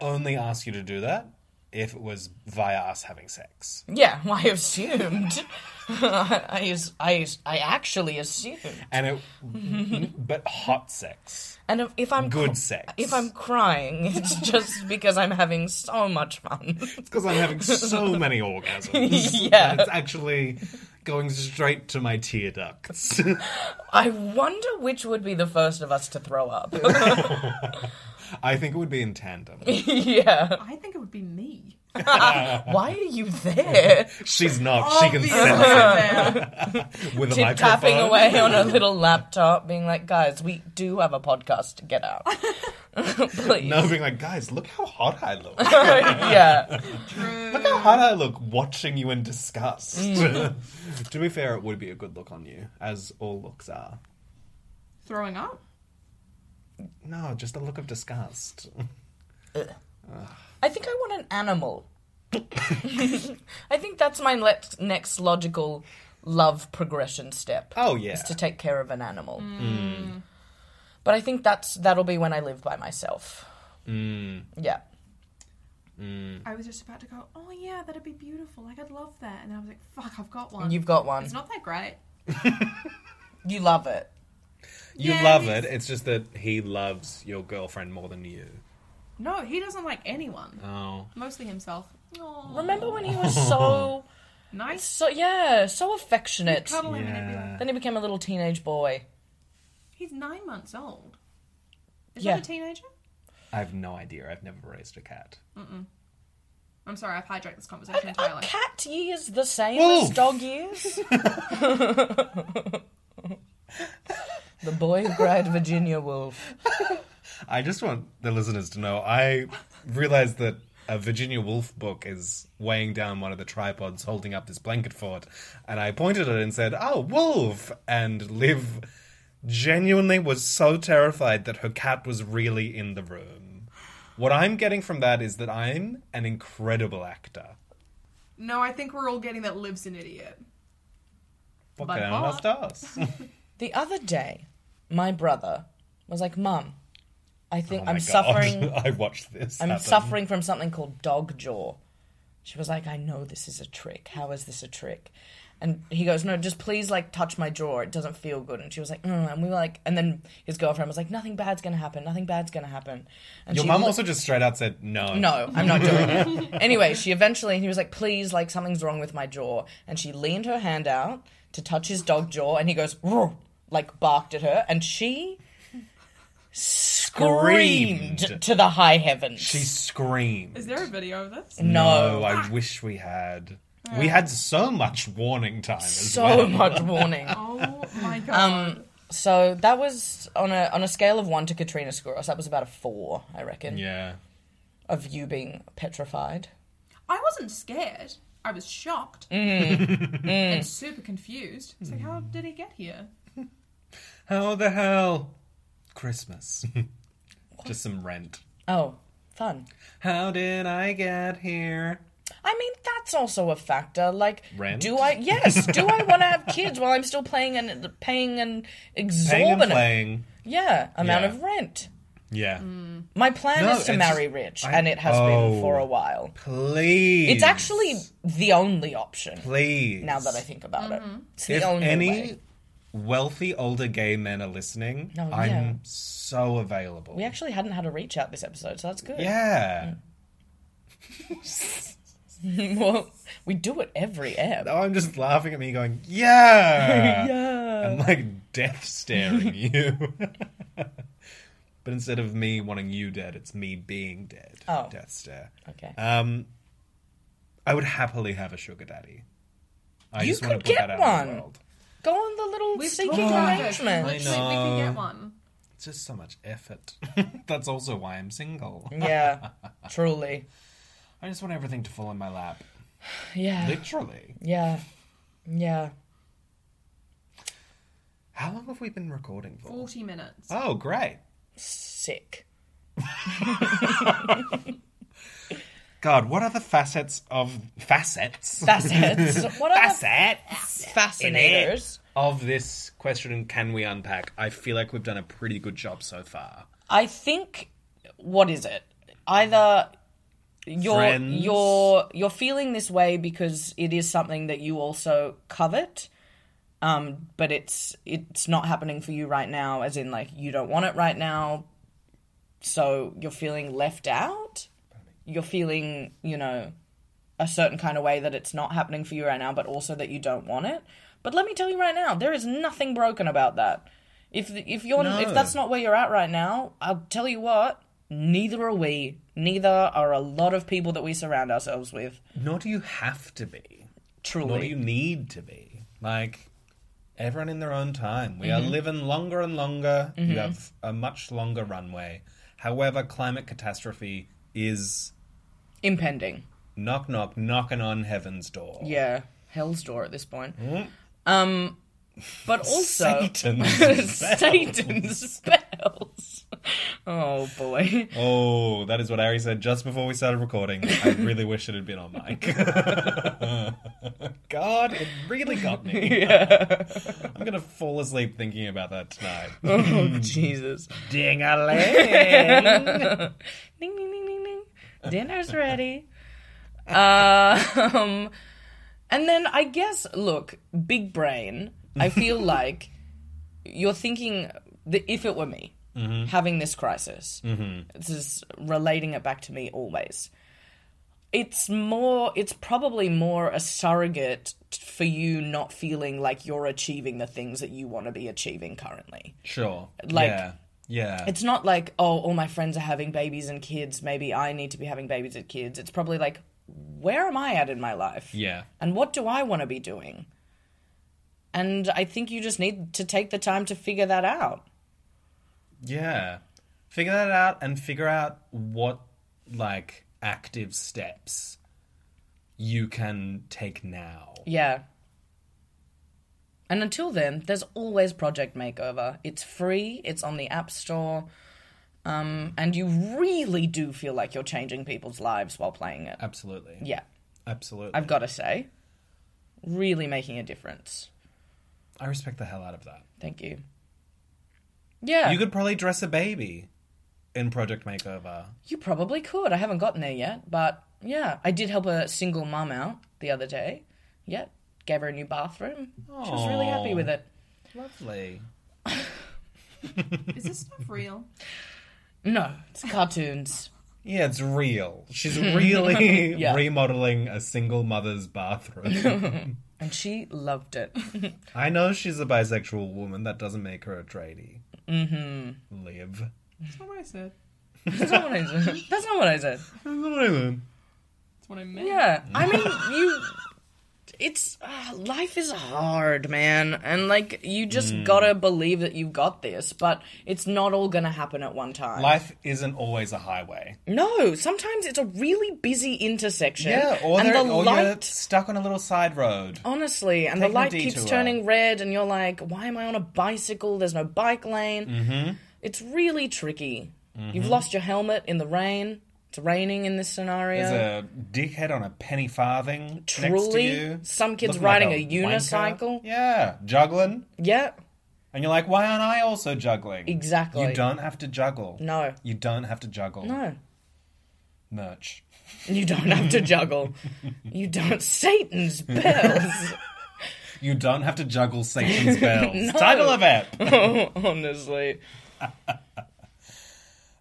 only ask you to do that if it was via us having sex. Yeah, I assumed. I, as- I, as- I actually assumed. And it but hot sex. And if, if I'm Good sex. if I'm crying, it's just because I'm having so much fun. because I'm having so many orgasms. Yeah. that it's actually going straight to my tear ducts. I wonder which would be the first of us to throw up. I think it would be in tandem. yeah. I think it would be me. Why are you there? She's not. She Obviously. can sit with a Tip tapping microphone. away on a little laptop, being like, guys, we do have a podcast to get out. Please. No, being like, guys, look how hot I look. yeah. Mm. look how hot I look watching you in disgust. Mm. to be fair, it would be a good look on you, as all looks are. Throwing up? No, just a look of disgust. I think I want an animal. I think that's my le- next logical love progression step. Oh, yeah. Is to take care of an animal. Mm. But I think that's that'll be when I live by myself. Yeah. I was just about to go, oh yeah, that'd be beautiful. Like, I'd love that. And then I was like, fuck, I've got one. You've got one. It's not that great. you love it. You Yeah, love he's- it. It's just that he loves your girlfriend more than you. No, he doesn't like anyone. Oh. Mostly himself. Aw, Remember when he was so nice so yeah, so affectionate. cuddle him and it'd be Yeah. like, Then he became a little teenage boy. he's nine months old. Is Yeah. that a teenager? I have no idea. I've never raised a cat. I'm sorry, I've hijacked this conversation Are entirely. cat years the same as Wolf. dog years? the boy who cried Virginia Woolf. I just want the listeners to know I realize that a Virginia Woolf book is weighing down one of the tripods holding up this blanket fort, and I pointed at it and said, Oh, Wolf! And Liv genuinely was so terrified that her cat was really in the room. What I'm getting from that is that I'm an incredible actor. No, I think we're all getting that Liv's an idiot. What But can what? I us? Oh The other day, my brother was like, Mum, I think Oh my I'm God. suffering I watched this. I'm happen. suffering from something called dog jaw. She was like, I know this is a trick. How is this a trick? And he goes, No, just please like touch my jaw. It doesn't feel good. And she was like, mm. and we were like, and then his girlfriend was like, Nothing bad's gonna happen. Nothing bad's gonna happen. And Your she mum li- also just straight out said, No. no, I'm not doing it. Anyway, she eventually, he was like, please, like, something's wrong with my jaw. And she leaned her hand out to touch his dog jaw, and he goes, "Roar," like, barked at her, and she screamed, Screamed. to the high heavens. She screamed. Is there a video of this? no. Oh, ah. I wish we had. We had so much warning time as so well. much warning. Oh my god. So that was on a on a scale of one to Katrina Skouros, that was about a four, I reckon, Yeah. of you being petrified. I wasn't scared. I was shocked and super confused. It's like, how did he get here? How the hell? Christmas. Just some rent. Oh, fun. How did I get here? I mean, that's also a factor. Like, Rent? do I? Yes, do I want to have kids while I'm still paying an paying an Paying and exorbitant, playing. yeah, amount Yeah. of rent? Yeah. My plan No, is to it's marry just- rich, I- and it has been Oh. for a while. Please. It's actually the only option Please. now that I think about Mm-hmm. it. It's the If only any way. wealthy older gay men are listening, Oh, I'm yeah. so available. We actually hadn't had a reach out this episode, so that's good. yeah. Mm. well, we do it every ep. Oh, I'm just laughing at me going, yeah. Yeah. I'm like death staring you. but instead of me wanting you dead, it's me being dead. Oh. Death stare. Okay. Um, I would happily have a sugar daddy. I You just want could to put get that out in one. the world. Go on the little We've seeking talked about this. arrangement. I Literally, we can know. get one. It's just so much effort. That's also why I'm single. Yeah, truly. I just want everything to fall in my lap. Yeah, Literally. yeah, yeah. How long have we been recording for? Forty minutes. Oh, great. Sick. God, what are the facets of facets? Facets. What are the facets fascinators? of this question and can we unpack? I feel like we've done a pretty good job so far. I think. What is it? Either you're Friends. you're you're feeling this way because it is something that you also covet, um, but it's it's not happening for you right now. As in, like you don't want it right now, so you're feeling left out. You're feeling, you know, a certain kind of way that it's not happening for you right now, but also that you don't want it. But let me tell you right now, there is nothing broken about that. If if you're No. if that's not where you're at right now, I'll tell you what, neither are we. Neither are a lot of people that we surround ourselves with. Nor do you have to be. Nor do Truly. you need to be. Like, everyone in their own time. We Mm-hmm. are living longer and longer. You have a much longer runway. However, climate catastrophe is Impending. knock, knock, knocking on heaven's door. Yeah. Hell's door at this point. Um but also Satan's spell. Satan's spells. Oh boy. Oh, that is what Ari said just before we started recording. I really wish it had been on mic. God, it really got me. I'm going to fall asleep thinking about that tonight. Oh Jesus. Ding a ling! ding ding ding ding ding. Dinner's ready. um, and then I guess, look, big brain. I feel like you're thinking that if it were me having this crisis, this is relating it back to me always. It's more. It's probably more a surrogate t- for you not feeling like you're achieving the things that you want to be achieving currently Sure. Like- yeah. Yeah. it's not like oh all my friends are having babies and kids maybe i need to be having babies and kids it's probably like where am i at in my life yeah. and what do i want to be doing and i think you just need to take the time to figure that out Yeah. Figure that out and figure out what, like, active steps you can take now. yeah and until then there's always project makeover it's free it's on the app store um, and you really do feel like you're changing people's lives while playing it Absolutely. yeah Absolutely. i've got to say really making a difference I respect the hell out of that. Thank you. Yeah, You you, could probably dress a baby in Project Makeover. probably could. I haven't gotten there yet, but yeah, I did help a single mum out the other day. Yeah, gave her a new bathroom. She was really happy Aw. with it. Lovely. Is this stuff real? No, it's cartoons. Yeah, it's real. She's really Yeah. remodeling a single mother's bathroom. and she loved it. I know she's a bisexual woman. That doesn't make her a tradie. Mm-hmm. Live. That's not what I said. That's not what I said. That's not what I said. That's what I meant. Yeah, I mean, you. It's uh, life is hard, man, and like you just gotta believe that you've got this. But it's not all gonna happen at one time. Life isn't always a highway. No, sometimes it's a really busy intersection. Yeah, or, and there, the or you're light. Oh, stuck on a little side road. Honestly, and the Taking a light keeps detour. turning red, and you're like, "Why am I on a bicycle? There's no bike lane." Mm-hmm. It's really tricky. Mm-hmm. You've lost your helmet in the rain. It's raining in this scenario. There's a dickhead on a penny farthing next to Truly, you. some kid's looking like riding a wanker. unicycle. Yeah, juggling. yeah, And you're like, why aren't I also juggling? Exactly. You don't have to juggle. No. You don't have to juggle. no, Merch. you don't have to juggle. You don't Satan's bells. You don't have to juggle Satan's bells. Title of app. Honestly,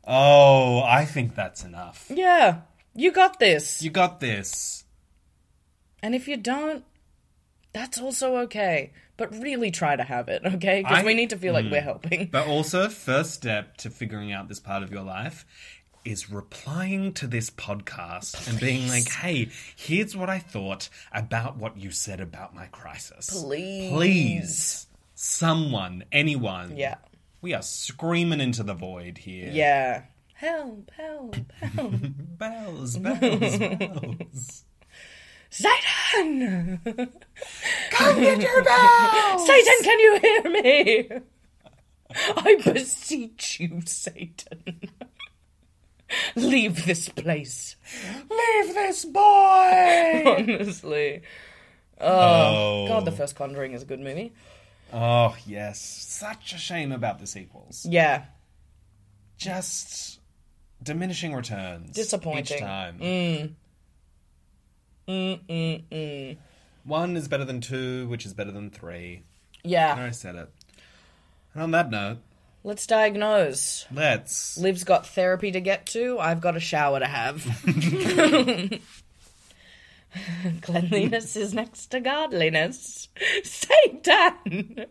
Oh, I think that's enough. yeah, you got this. You got this. And if you don't, that's also okay. But really try to have it, okay? Because I- Mm. we need to feel like we're helping. But also, first step to figuring out this part of your life is replying to this podcast and being like, hey, here's what I thought about what you said about my crisis. Please. Please. Someone, anyone. Yeah. We are screaming into the void here. Yeah. Help, help, help. Bells, bells, bells. Satan! Come get your bells! Satan, can you hear me? I beseech you, Satan. Leave this place. Leave this boy! Honestly. Oh. Um, God, The First Conjuring is a good movie. Oh, yes. Such a shame about the sequels. Yeah. Just diminishing returns. Disappointing. Mm. Each time. One is better than two, which is better than three. Yeah. I said it. And on that note, Let's diagnose. let's. Liv's got therapy to get to. I've got a shower to have. Cleanliness is next to godliness. Satan!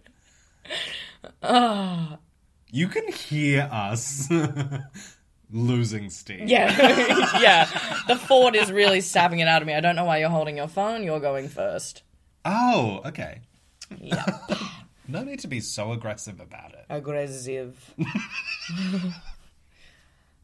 You can hear us losing steam. Yeah. yeah. The Ford is really stabbing it out of me. I don't know why you're holding your phone. You're going first. Oh, okay. Yeah. No need to be so aggressive about it. Aggressive.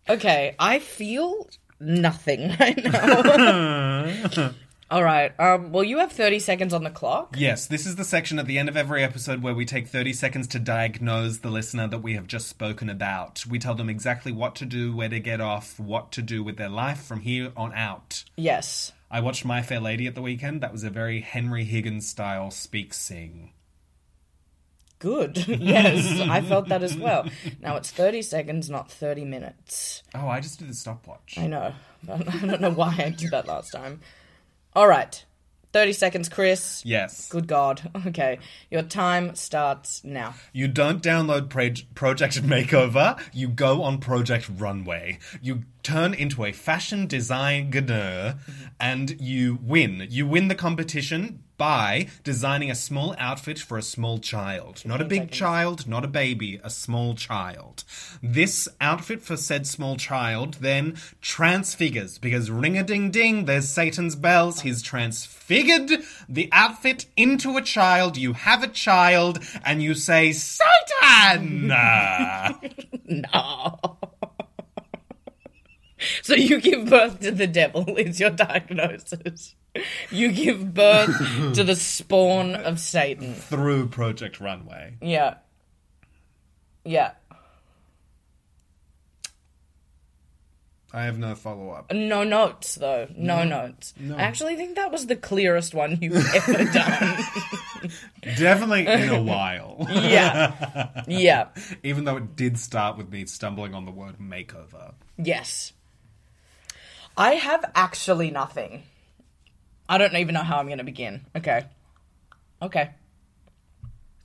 okay. I feel nothing right now. All right. Um, well, you have 30 seconds on the clock. Yes, this is the section at the end of every episode where we take 30 seconds to diagnose the listener that we have just spoken about. We tell them exactly what to do, where to get off, what to do with their life from here on out. Yes. I watched My Fair Lady at the weekend. That was a very Henry Higgins style speak sing. Good. yes. I felt that as well. Now it's 30 seconds, not 30 minutes. Oh, I just did the stopwatch. I know. But I don't know why I did that last time. All right. 30 seconds, Chris. Yes. Good God. Okay. Your time starts now. You don't download Proj- Project Makeover, you go on Project Runway. You turn into a fashion designer and you win. You win the competition by designing a small outfit for a small child. Not a big child, not a baby, a small child. This outfit for said small child then transfigures because ring a ding ding, there's Satan's bells. He's transfigured the outfit into a child. You have a child and you say, Satan! No. so you give birth to the devil is your diagnosis. You give birth to the spawn of Satan. Through Project Runway. Yeah. Yeah. I have no follow up. No notes though. No, notes. I actually think that was the clearest one you've ever done. Definitely in a while. yeah. Yeah. Even though it did start with me stumbling on the word makeover. Yes. I have actually nothing. I don't even know how I'm going to begin. Okay. Okay.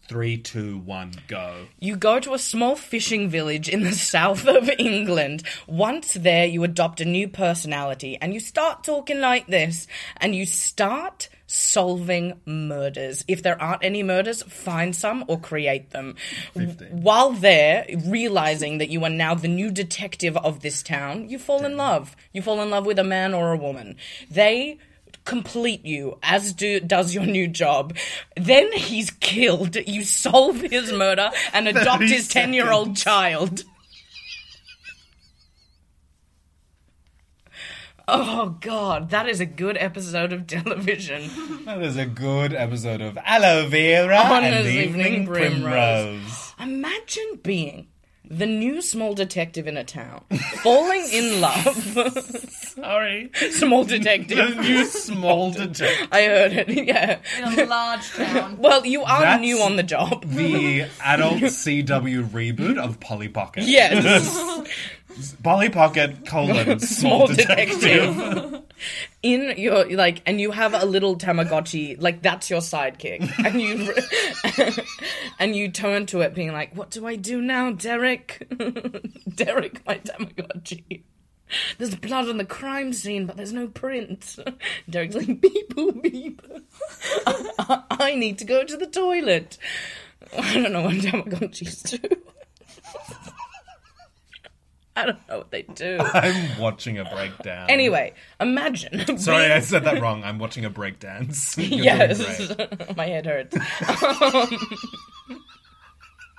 Three, two, one, go. You go to a small fishing village in the south of England. Once there, you adopt a new personality and you start talking like this and you start solving murders. If there aren't any murders, find some or create them. Fifteen. While there, realizing that you are now the new detective of this town, you fall in love. You fall in love with a man or a woman. They complete you as do does your new job then he's killed you solve his murder and adopt his 10 year old child oh god that is a good episode of television That is a good episode of Aloe Vera On and an the Evening Evening Primrose. Primrose. Imagine being the new small detective in a town, falling in love. Sorry. small The detective. new small detective. I heard it, yeah. in a large town. Well, you are That's- new on the job. The adult CW reboot of Polly Pocket. Yes. Polly Pocket colon Small small, detective. In your, like, and you have a little Tamagotchi, like, that's your sidekick. And you, and you turn to it being like, what do I do now, Derek? Derek, my Tamagotchi. There's blood on the crime scene, but there's no print. Derek's like, beep, boop, beep. I, I need to go to the toilet. I don't know what Tamagotchis do. I don't know what they do. I'm watching a breakdown. Anyway, imagine. Sorry, I being- said that wrong. I'm watching a breakdance. You're doing yes, great. my head hurts. Um,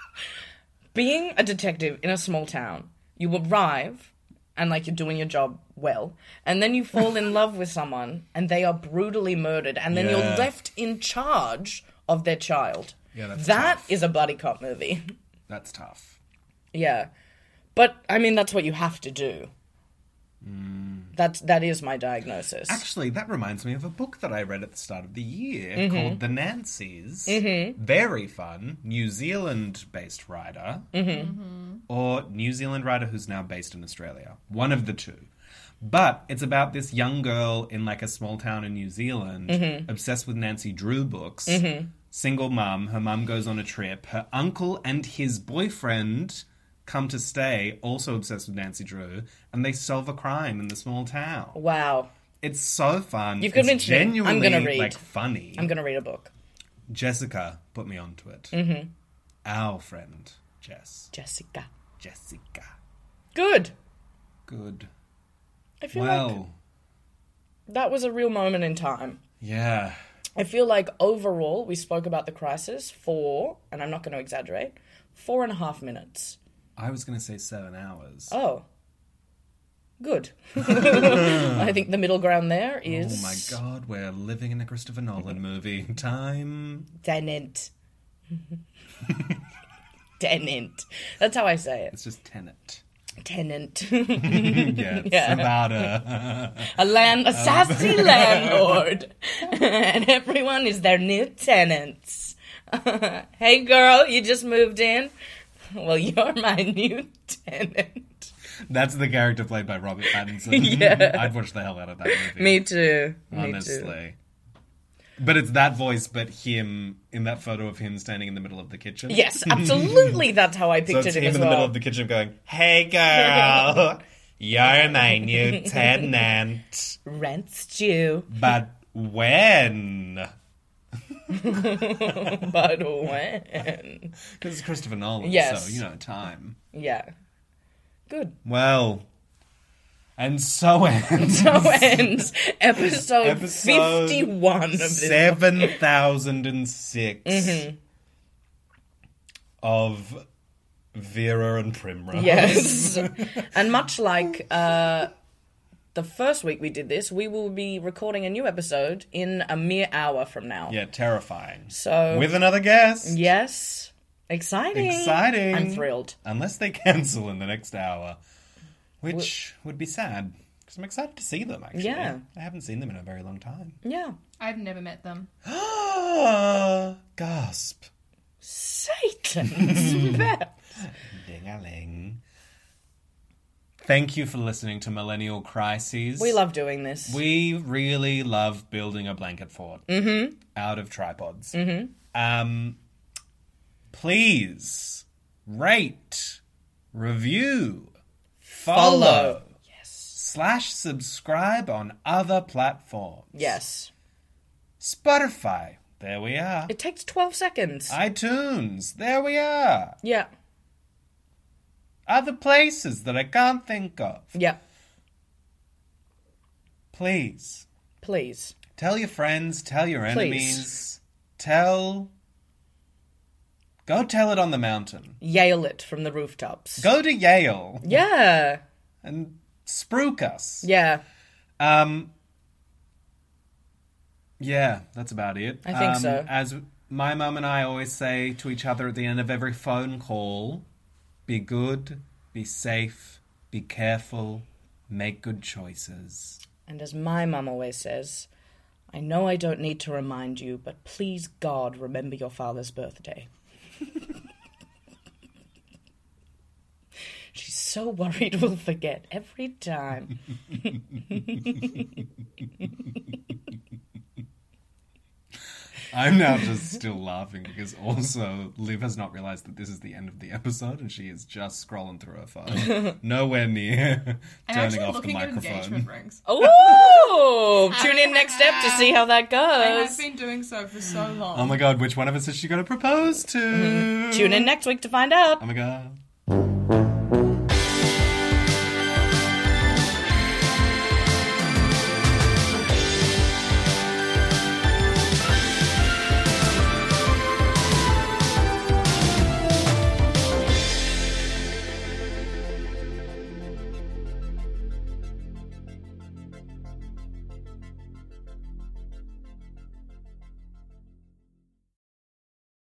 being a detective in a small town, you arrive and like you're doing your job well, and then you fall in love with someone and they are brutally murdered, and then Yeah. you're left in charge of their child. Yeah, that's That tough. is a buddy cop movie. That's tough. Yeah, but I mean that's what you have to do. Mm. That's that is my diagnosis. Actually, that reminds me of a book that I read at the start of the year called The Nancies. Very fun. New Zealand based writer. Or New Zealand writer who's now based in Australia. One of the two. But it's about this young girl in like a small town in New Zealand, obsessed with Nancy Drew books. Single mum. Her mum goes on a trip. Her uncle and his boyfriend come to stay, also obsessed with Nancy Drew, and they solve a crime in the small town. wow, It's so fun. You've it's convinced me. I'm genuinely gonna read. like funny. I'm gonna read a book. Jessica put me onto it. Mm-hmm. Our friend Jess. Jessica, Jessica. good. Good. I feel Well. like that was a real moment in time. Yeah. I feel like overall we spoke about the crisis for, and I'm not going to exaggerate, four and a half minutes. I was gonna say seven hours. Oh, good. I think the middle ground there Oh is my god, we're living in a Christopher Nolan movie. Time. tenant. tenant. That's how I say it. It's just Tenet. Tenant. Yeah. It's about a. a land, a Oh. sassy landlord, and everyone is their new tenants. hey, girl, you just moved in. Well, you're my new tenant. That's the character played by Robert Pattinson. Yeah. I'd watch the hell out of that movie. Me too. Me honestly. But it's that voice, but him in that photo of him standing in the middle of the kitchen. too. Yes, absolutely. That's how I so pictured it's it him as in the well. middle of the kitchen going, "Hey girl, you're my new tenant, Rent stew, but when?" but when? Because it's Christopher Nolan, Yes. so you know time. Yeah, good. Well, and so ends So ends episode, Episode fifty-one of this. seven thousand and six Mm-hmm. of Vera and Primrose. Yes. and much like uh, the first week we did this, we will be recording a new episode in a mere hour from now. Yeah, terrifying. So, With another guest. yes, exciting. Exciting. I'm thrilled. Unless they cancel in the next hour, which would be sad because I'm excited to see them. Actually, Yeah. I haven't seen them in a very long time. Yeah. I've never met them. Gasp! Satan. Ding-a-ling. Thank you for listening to Millennial Crises. we love doing this. We really love building a blanket fort Mm-hmm. out of tripods. Um, please rate, review, follow, Follow. slash subscribe on other platforms. yes. Spotify, there we are. It takes 12 seconds. iTunes, there we are. yeah. Other places that I can't think of. Yeah. Please. Please. Tell your friends, tell your Please. enemies, tell. Go tell it on the mountain. Yale it from the rooftops. Go to Yale Yeah. and spruik us. Yeah. Um, yeah, that's about it. I think Um, so. As my mum and I always say to each other at the end of every phone call be good, be safe, be careful, make good choices. And as my mum always says, I know I don't need to remind you, but please God, remember your father's birthday. She's so worried we'll forget every time. I'm now just still laughing because also Liv has not realized that this is the end of the episode and she is just scrolling through her phone. Nowhere near And turning actually off the looking at engagement microphone. rings. Oh! Tune in next step to see how that I have goes. been doing so for so long. Oh my god, which one of us is she going to propose to? Mm-hmm. Tune in next week to find out. Oh my god.